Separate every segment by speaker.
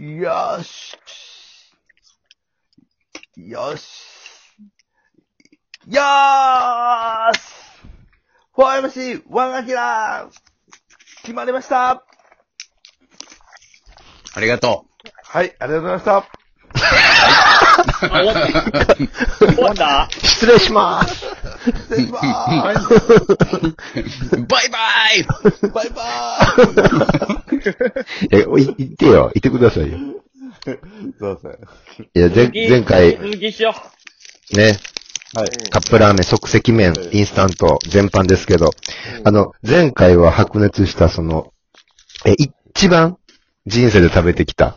Speaker 1: よし。よし。よーし !4MC1 アキラ決まりました
Speaker 2: ありがと
Speaker 1: はい、ありがとうございました。
Speaker 3: あ終わった。終わった
Speaker 4: 失礼します。
Speaker 1: 失礼しまーす
Speaker 2: う。バイバイ
Speaker 1: バイバ ーイ
Speaker 4: え、い、言ってよ。言ってくださいよ。
Speaker 1: そうですね。
Speaker 4: いや、前、前回、
Speaker 3: 続きしよ
Speaker 4: ね、
Speaker 1: はい。
Speaker 4: カップラーメン、即席麺、インスタント、全般ですけど、あの、前回は白熱した、その、え、一番人生で食べてきた、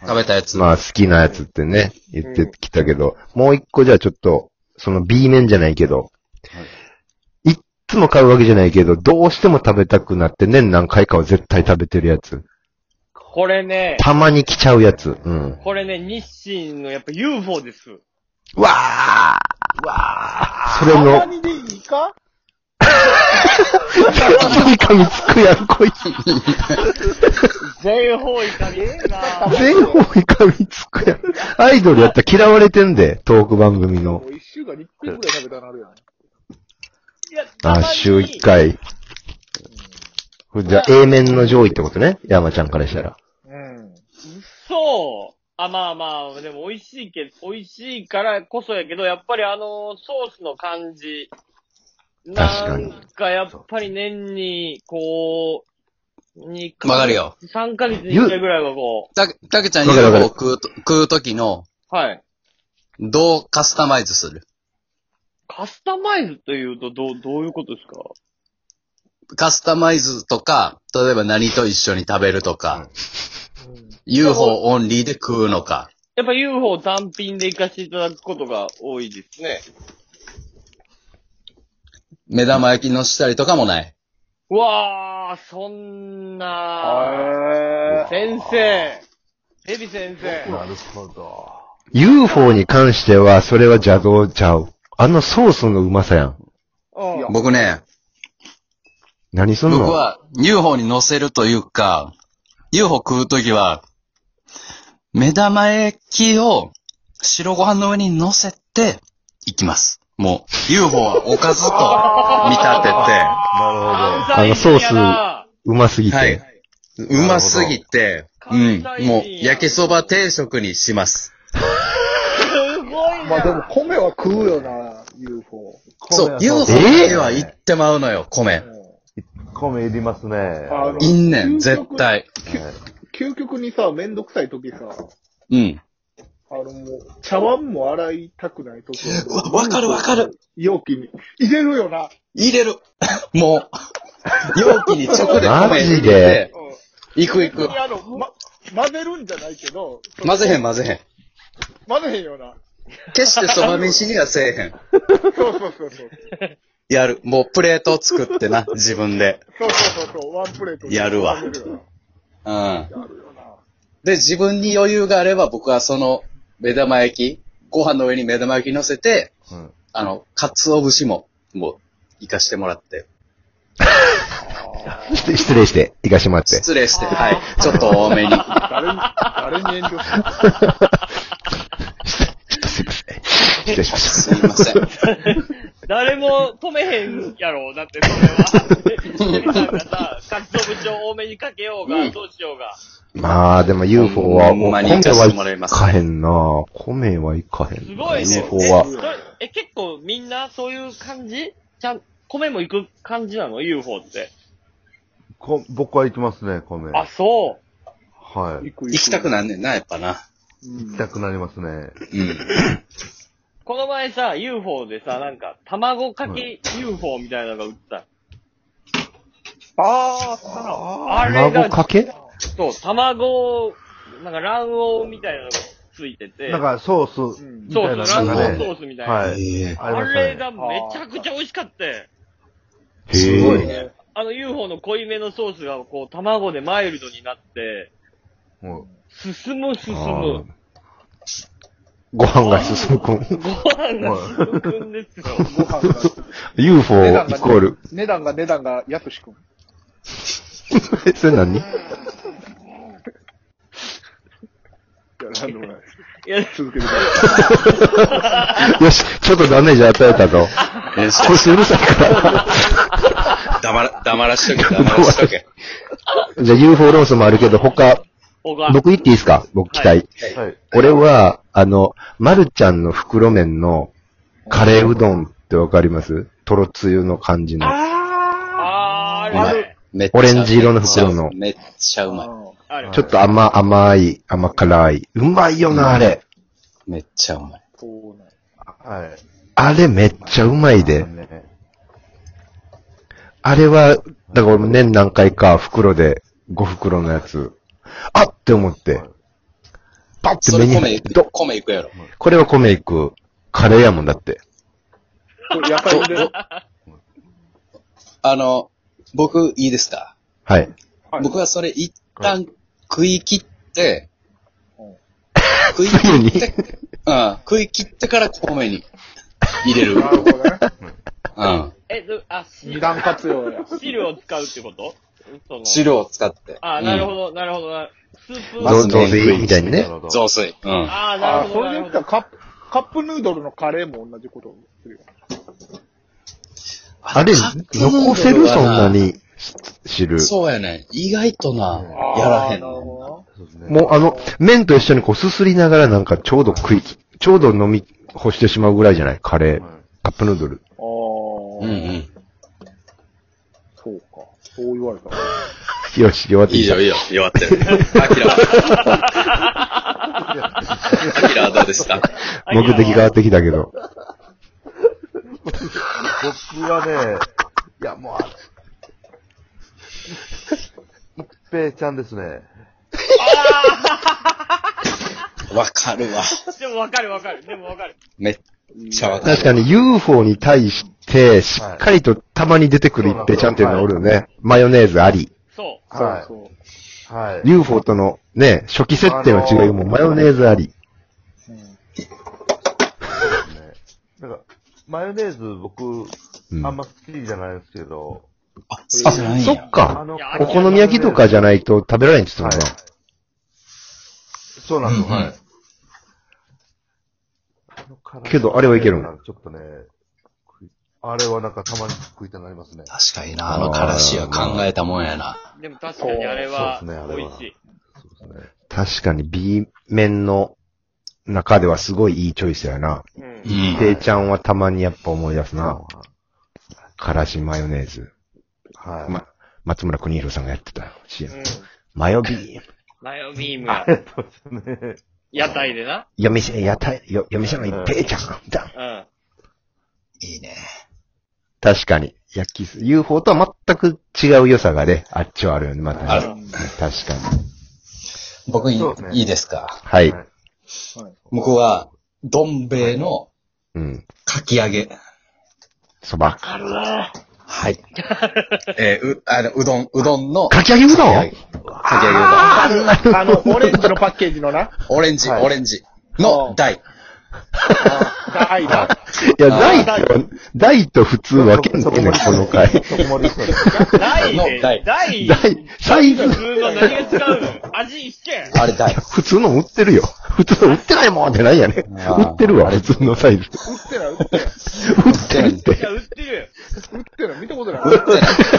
Speaker 2: 食べたやつの。
Speaker 4: まあ好きなやつってね、言ってきたけど、もう一個じゃあちょっと、その B 面じゃないけど、いっつも買うわけじゃないけど、どうしても食べたくなって年何回かは絶対食べてるやつ。
Speaker 3: う。これね、
Speaker 4: たまに来ちゃうやつ。うん。
Speaker 3: これね、日清のやっぱ UFO です。
Speaker 4: わあわあそれの、
Speaker 3: にでいいか
Speaker 4: 全部に噛みつくやん、こいつ。
Speaker 3: 全方位かねえな
Speaker 4: 全方位噛みつくやん。アイドルやったら嫌われてんで、トーク番組の。
Speaker 5: もう一週間に一回ぐらい食べたなるやん。
Speaker 3: いやたま
Speaker 4: あ、
Speaker 3: に
Speaker 4: 週一回。これじゃあ、A 面の上位ってことね。山ちゃんからしたら。
Speaker 5: うん。
Speaker 3: そう。あ、まあまあ、でも美味しいけど、美味しいからこそやけど、やっぱりあの、ソースの感じ。
Speaker 4: 確かに
Speaker 3: なんかやっぱり年に、こう、に
Speaker 2: わかるよ。
Speaker 3: 3ヶ月に1回ぐらいはこ
Speaker 2: た、たけちゃん
Speaker 4: わかるわか
Speaker 2: UFO
Speaker 4: る
Speaker 2: を食うと、食うときの、
Speaker 3: う、はい。
Speaker 2: どうカスタマイズする
Speaker 3: カスタマイズというと、どう、どういうことですか
Speaker 2: カスタマイズとか、例えば何と一緒に食べるとか、UFO オンリーで食うのか。
Speaker 3: やっぱ UFO 単品で行かせていただくことが多いですね。
Speaker 2: 目玉焼きのしたりとかもない。
Speaker 3: うわー、そんな
Speaker 5: へ
Speaker 3: 先生ヘビ先生
Speaker 1: なるほど。
Speaker 4: UFO に関しては、それは邪道ちゃう。あのソースのうまさやん。
Speaker 3: うん
Speaker 2: 僕ね、
Speaker 4: 何すんの
Speaker 2: 僕は UFO に乗せるというか、UFO 食うときは、目玉焼きを白ご飯の上に乗せていきます。もう、UFO はおかずと見立
Speaker 1: な
Speaker 3: 関西人やな
Speaker 4: うますぎて。
Speaker 2: はいてて、うますぎて、う
Speaker 3: 関西
Speaker 2: ん
Speaker 3: 人や、
Speaker 2: もう焼きそば定食にします。
Speaker 3: すごい
Speaker 5: まあでも
Speaker 3: な
Speaker 5: 米は食うよな、UFO。
Speaker 2: そう、UFO
Speaker 4: えー
Speaker 2: では行ってまうのよ、米。
Speaker 1: 米いりますね。
Speaker 5: あの
Speaker 2: いんねん、絶対。
Speaker 5: 究極にさ、めんどくさい時さ、
Speaker 2: うん。
Speaker 5: あのもう、茶碗も洗いたくない時は、
Speaker 2: わかるわかる。
Speaker 5: 容器に入れるよな。
Speaker 2: 入れる。 もう、容器に直で米
Speaker 4: マジ
Speaker 2: 入れ
Speaker 4: で
Speaker 2: て、行く行く
Speaker 5: い。や、あの、ま、混ぜるんじゃないけど、
Speaker 2: 混ぜへん混ぜへん。
Speaker 5: 混ぜへんよな。
Speaker 2: 決してそば飯にはせえへん。
Speaker 5: そうそうそうそう。
Speaker 2: やる。もうプレートを作って な、自分で。
Speaker 5: そうそうそうそう、ワンプレートで
Speaker 2: やるわ
Speaker 5: 混ぜよ
Speaker 2: うん。
Speaker 5: なやるよな。
Speaker 2: で、自分に余裕があれば僕はその目玉焼き、ご飯の上に目玉焼き乗せて、
Speaker 1: うん
Speaker 2: あの、鰹節も、もう、行かしてもらって。
Speaker 4: 失失礼して、行かしてもらって。
Speaker 2: 失礼して、はい。ちょっと多めに。
Speaker 5: 誰に、誰に遠慮す
Speaker 4: すい
Speaker 5: る
Speaker 4: ません。失礼しました。
Speaker 2: すいま せん。
Speaker 3: 誰も止めへんやろ、だってそれは。ヘビさんがさ、カツオ節を多めにかけようが、どうしようが。
Speaker 4: まあ、でも UFO は、
Speaker 2: ほん
Speaker 4: 米
Speaker 2: ま
Speaker 4: は
Speaker 2: に行かせてもらい
Speaker 4: 行
Speaker 2: ます
Speaker 4: かへんな米は行かへん。
Speaker 3: すごいね。
Speaker 2: UFO
Speaker 3: え
Speaker 4: は
Speaker 3: それえ、結構みんなそういう感じちゃん、米も行く感じなの ?UFO って。
Speaker 1: こ僕は行きますね、米。
Speaker 3: あ、そう。
Speaker 1: はい。
Speaker 5: 行く
Speaker 2: 行きたくなんねんな、やっぱな。
Speaker 1: 行きたくなりますね。
Speaker 2: うん。
Speaker 3: この前さ、UFO でさ、なんか、卵かけ UFO みたいなのが売ってた。ああ、あれ
Speaker 4: 卵
Speaker 3: が、
Speaker 4: かけ
Speaker 3: そう、卵、なんか卵黄みたいなのがついてて、
Speaker 1: なんかソース
Speaker 5: うん
Speaker 1: み
Speaker 3: そう
Speaker 1: た
Speaker 3: そ、
Speaker 1: いうな
Speaker 3: 卵
Speaker 1: な
Speaker 3: 黄
Speaker 1: んか
Speaker 3: ソ
Speaker 1: ね。
Speaker 3: ースみたいな。
Speaker 1: はい。
Speaker 2: ええ
Speaker 1: あり
Speaker 3: あ
Speaker 1: まし
Speaker 3: れ
Speaker 1: たね。
Speaker 3: がめちゃくちゃ美味しかった。
Speaker 4: へ
Speaker 5: ごい
Speaker 4: え。
Speaker 5: ね。
Speaker 3: あの UFO の濃いめのソースが、こう、卵でマイルドになって、
Speaker 1: も
Speaker 3: 進む進
Speaker 4: あー
Speaker 3: む。
Speaker 4: ご飯が進む くん。
Speaker 3: ご飯が進むんですよ。
Speaker 5: ご飯が、
Speaker 4: UFO イ
Speaker 5: 値段が
Speaker 4: コール。
Speaker 5: 値段が値段が安しくん。
Speaker 4: えそれ何
Speaker 3: いや、
Speaker 5: 続けてくだ
Speaker 4: よし、ちょっとダメージ与えた ぞ。
Speaker 2: えー、そ
Speaker 4: 腰うるさいから。
Speaker 2: 黙ら、黙らしとけ、黙らしと け。
Speaker 4: じゃあ UFO 論争もあるけど、他、
Speaker 3: 僕は。
Speaker 4: 僕言っていいですか僕期待。
Speaker 3: はい
Speaker 1: はい。
Speaker 4: 俺は、あの、まるちゃんの袋麺のカレーうどんってわかりますとろつゆの感じの。
Speaker 3: あー、あれね。
Speaker 2: めっ
Speaker 4: オレンジ色の袋の
Speaker 2: めっちゃうまい。
Speaker 5: さ
Speaker 3: あれ。
Speaker 4: ちょっと甘、甘い、甘辛い。うまいよな、あれ。
Speaker 2: めっちゃうまい。
Speaker 5: い。こうなん
Speaker 1: はい。
Speaker 4: あれめっちゃうまいで。
Speaker 1: ね
Speaker 4: あれは、だから俺も年何回か袋で、5袋のやつ。あっって思って。パッて
Speaker 2: そ
Speaker 4: 目
Speaker 2: れ
Speaker 4: に
Speaker 2: 米
Speaker 4: 入
Speaker 2: い
Speaker 4: って
Speaker 2: く
Speaker 4: ど、
Speaker 2: 米いくやろ。
Speaker 4: これは米いく。カレーやもんだって。
Speaker 5: これ野菜で。
Speaker 2: あの、僕、いいですか
Speaker 4: はい。
Speaker 5: はい
Speaker 2: 僕はそれ一旦食い切って、
Speaker 5: うん
Speaker 2: 食い
Speaker 4: すぐに
Speaker 2: 切って、うん、食い切ってから米に入れる。
Speaker 5: なるほどね。
Speaker 2: うん。
Speaker 3: え、どあ、汁
Speaker 5: 二段活用や。
Speaker 3: 汁を使うってことその
Speaker 2: 汁を使って。
Speaker 3: あー、なるほど、なるほど。なるスープ
Speaker 2: まず
Speaker 4: 雑
Speaker 2: ね
Speaker 4: 炊みたいにね。
Speaker 2: うん。雑炊。うん。
Speaker 3: あー、な
Speaker 5: あ
Speaker 3: る、ほ
Speaker 5: そ
Speaker 3: ど。
Speaker 5: れ
Speaker 3: な
Speaker 5: で
Speaker 3: る
Speaker 5: 言
Speaker 3: ほ
Speaker 5: っ
Speaker 3: ど
Speaker 5: たらカップ、カップヌードルのカレーも同じことをするよ。
Speaker 4: あれ、残せるそんなに、汁。
Speaker 2: そうやね。意外とな、
Speaker 5: あー
Speaker 2: やらへん
Speaker 5: なる
Speaker 2: の。
Speaker 5: ほ
Speaker 4: もうあの、麺と一緒にこうすすりながらなんかちょうど食い、ちょうど飲み干してしまうぐらいじゃないカレー、カップヌードル。
Speaker 2: う
Speaker 5: どな。ああ、
Speaker 2: んうん。
Speaker 5: そうか。そう言われたら。
Speaker 4: よし、弱って
Speaker 2: いい
Speaker 4: き
Speaker 2: じゃ
Speaker 4: た。
Speaker 2: ん、いいよ。弱って る。アキラ。アキラはどうですか
Speaker 4: 目的変わってきたけど。
Speaker 1: 僕はね、いや、もうあ、一平ちゃんですね。
Speaker 2: わかるわ。
Speaker 3: でもわかるわかる。でもわかる。
Speaker 2: めっちゃわかる。
Speaker 4: 確かに UFO に対して、しっかりとたまに出てくる一平ちゃんっていうのがおるよね。マヨネーズあり。
Speaker 3: そ
Speaker 1: は
Speaker 5: そうそう。
Speaker 1: い。はい。
Speaker 4: UFO とのね、初期設定は違うもうマヨネーズあり。
Speaker 1: なんか、マヨネーズ僕、
Speaker 4: うん
Speaker 1: あんま好きじゃないんですけど、
Speaker 2: あ、好きじゃないん
Speaker 4: そ
Speaker 2: や
Speaker 4: っ。か。
Speaker 1: の
Speaker 3: いや
Speaker 4: お好み焼きとかじゃないと食べられんって言っ
Speaker 1: は
Speaker 4: て
Speaker 1: い
Speaker 4: たもんな。。
Speaker 1: そうなんですよ、
Speaker 2: うんうん
Speaker 1: はいあの辛い。
Speaker 4: けどあれはいけるん
Speaker 1: ちょっとね、食いあれはなんかたまに食いたなりますね。
Speaker 2: 確かにな、あのからしは考えたもんやな。
Speaker 3: う。でも確かにあれは
Speaker 1: そうそうですねあれ
Speaker 3: 美
Speaker 1: は
Speaker 3: 味しい。
Speaker 1: そうですね。
Speaker 4: 確かに B 面の中ではすごいいいチョイスやな。
Speaker 3: うん
Speaker 2: う。
Speaker 4: 一
Speaker 2: ん。
Speaker 4: 平ちゃんはたまにやっぱ思い出すな。
Speaker 1: は
Speaker 4: からしマヨネーズ。
Speaker 1: い。
Speaker 4: ま、松村邦弘さんがやってた CM
Speaker 3: うん。
Speaker 4: マヨビーム。
Speaker 3: マヨビームや。
Speaker 1: そうですね。
Speaker 3: 屋台でな。
Speaker 4: 夜店、屋台、よ夜店の一平ちゃん。だ
Speaker 3: うん。
Speaker 2: いいね。
Speaker 4: 確かに。焼きす、UFO とは全く違う良さがね、あっちはあるよね、また、ね。
Speaker 2: ある
Speaker 4: 確かに。
Speaker 2: 僕いい、
Speaker 1: そうですね
Speaker 2: いいですか
Speaker 4: はい。
Speaker 1: はい
Speaker 2: 僕は、どん兵衛の
Speaker 4: うん。
Speaker 2: かき揚げ。
Speaker 4: そば。
Speaker 2: はい。えーう、あの、うどん、うどんのか
Speaker 4: かき揚げうど
Speaker 2: き揚げ。か
Speaker 4: ん
Speaker 2: き揚げう
Speaker 5: あの、オレンジのパッケージのな。
Speaker 2: どん。オレンジ、
Speaker 1: はい
Speaker 2: オレンジの大。
Speaker 5: あはいだ。
Speaker 4: いや、大と、大と普通分けんのね、この回。
Speaker 1: そこまでしたね。
Speaker 3: 大で、
Speaker 2: の大
Speaker 3: 大。
Speaker 4: 大、サイズ
Speaker 3: 普、通は何が違うの味一緒やん。
Speaker 2: あれ大。
Speaker 4: 普通の売ってるよ。 普通の売ってないもんってないやね。
Speaker 2: あー
Speaker 4: 売ってるわ、普通のサイズ。
Speaker 5: 売ってない、売って
Speaker 4: 売
Speaker 5: ない。
Speaker 4: ってるっ
Speaker 3: い
Speaker 4: て。
Speaker 3: や、売ってるよ。
Speaker 5: 売ってない、見たことない。
Speaker 2: 見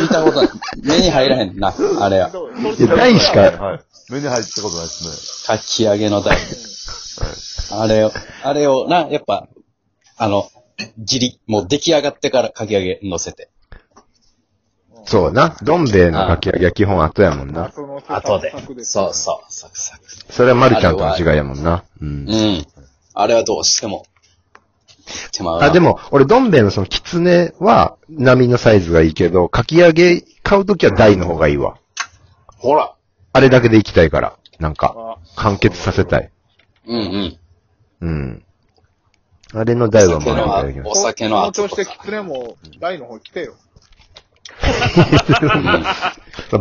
Speaker 2: たことない。目に入らへんな、あれは。
Speaker 4: いや大しか、
Speaker 1: はい。目に入ったことないです
Speaker 2: かき揚げの大。あれを、あれを、な、やっぱ、あの、ギリ、もう出来上がってからかき揚げ乗せて。
Speaker 4: そうな。どん兵衛のかき揚げは基本後やもんな。
Speaker 5: その
Speaker 2: 後で
Speaker 5: サクサク。です
Speaker 2: そうそう、サクサク。
Speaker 4: それはまるちゃんとの違いやもんな。うん。
Speaker 2: うん。あれはどうしても。手間が
Speaker 4: あ、で。も、俺、どん兵衛のその、きつねは、波のサイズがいいけど、かき揚げ買うときは大の方がいいわ。
Speaker 2: ほら。
Speaker 4: あれだけで行きたいから。なんか、完結させたい。
Speaker 2: うんうん。
Speaker 4: うん。あれの大はもう
Speaker 2: お
Speaker 4: あ
Speaker 2: 酒
Speaker 4: れだけ
Speaker 2: の
Speaker 4: ど
Speaker 2: お酒の後
Speaker 5: そ
Speaker 2: と
Speaker 5: 調子で
Speaker 2: か。
Speaker 5: キツネも、大の方来てよ。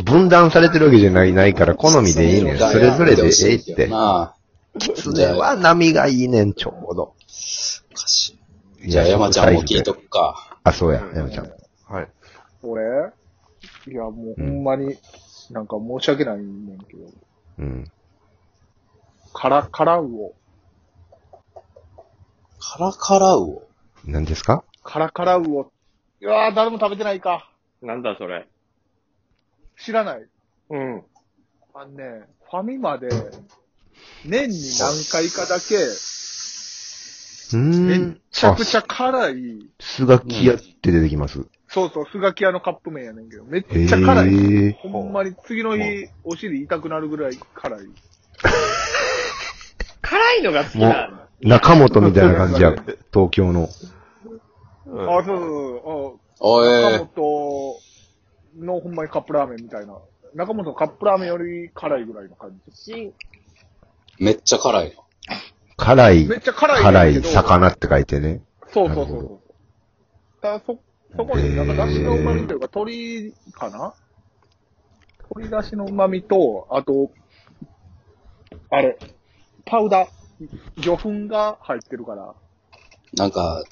Speaker 4: 分断されてるわけじゃないないから、好みでいいねん。それぞれでええって。
Speaker 2: なあ。
Speaker 4: きつねは波がいいねん、ちょうど。
Speaker 2: おかしいじゃあ、山ちゃんも聞いとくか。
Speaker 4: あ、そうや、山ちゃん。
Speaker 1: ね。はい。
Speaker 5: 俺いや、もうほんまに、なんか申し訳ないねんけど。
Speaker 4: うん。
Speaker 5: カラ、カラウオ。
Speaker 2: カラカラウオ。
Speaker 4: 何ですか
Speaker 5: カラカラウオ。いやー、誰も食べてないか。
Speaker 3: なんだそれ。
Speaker 5: 知らない。
Speaker 3: うん。
Speaker 5: あのね、ファミマで、年に何回かだけ、
Speaker 4: う
Speaker 5: め
Speaker 4: ー
Speaker 5: っ
Speaker 4: ん。
Speaker 5: ちゃくち
Speaker 4: ゃ。
Speaker 5: ゃ辛い、
Speaker 4: スガキ屋って出てきます。
Speaker 5: そうそう、スガキ屋のカップ麺やねんけど、めっ
Speaker 4: へ
Speaker 5: ちゃ辛い。
Speaker 4: え。
Speaker 5: ほんまに次の日、お尻痛くなるぐらい辛い。
Speaker 3: 辛いのが好きなんだ。
Speaker 4: 中本みたいな感じや。東京の。
Speaker 5: あ、そうそうそう。
Speaker 2: お
Speaker 5: あ
Speaker 2: え
Speaker 5: 中本のほんまにカップラーメンみたいな。中本のカップラーメンより辛いぐらいの感じ。
Speaker 3: 新
Speaker 2: めっちゃ辛いな。
Speaker 4: 辛い
Speaker 5: め、っちゃ辛い。
Speaker 4: 辛い。魚って書いてね。
Speaker 5: そうそう
Speaker 4: な
Speaker 5: そ
Speaker 4: る
Speaker 5: う
Speaker 4: ほ
Speaker 5: そう。ただそ、そこに、なんか、だしの旨味というか、鶏かな鶏だしの旨味と、あと、あれ、パウダー、魚粉が入ってるから。
Speaker 2: なんか、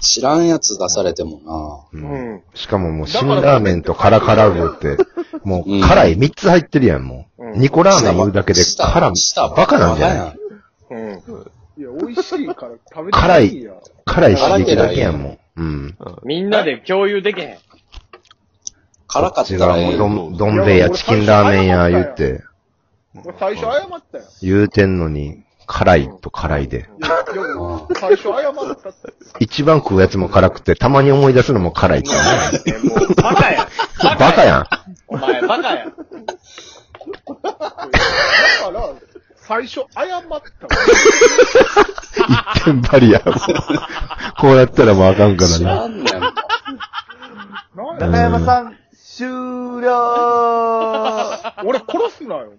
Speaker 2: 知らんやつ出されても
Speaker 4: う
Speaker 3: うんん。
Speaker 4: しかももう、辛ラーメンとカラカラウオって、も
Speaker 2: う
Speaker 4: うん辛い3つ入ってるやん、もう。
Speaker 3: うん
Speaker 4: ニコラ
Speaker 2: な。
Speaker 4: ーメン言うだけで
Speaker 2: 舌
Speaker 4: 辛い。
Speaker 2: 舌
Speaker 4: バカなんじゃない
Speaker 3: うん。
Speaker 5: いや、美味しいから食べてもいいや。
Speaker 4: 辛い刺激だけやん、もう。うん。
Speaker 3: みんなで共有できへん。
Speaker 2: 辛かった
Speaker 4: 違う、
Speaker 2: らえ
Speaker 4: も
Speaker 2: え
Speaker 4: うどん、どん兵衛やチキンラーメンや言うて、
Speaker 5: 俺最初謝ったよ。
Speaker 4: 言うてんのに、辛いと辛いで。
Speaker 5: いやよく最初謝ったって。
Speaker 4: 一番食うやつも辛くて、たまに思い出すのも辛いっていうね。
Speaker 3: えもう、バカや。
Speaker 4: バカやん。
Speaker 3: お前、バカや。
Speaker 5: だから、最初謝ったわ。
Speaker 4: 一点張りや。もう こうなったらもうあかんから
Speaker 2: 知
Speaker 4: な。
Speaker 2: らんねん。
Speaker 5: なんや
Speaker 4: うん
Speaker 1: 中山さん、終了
Speaker 5: 俺殺すなよ。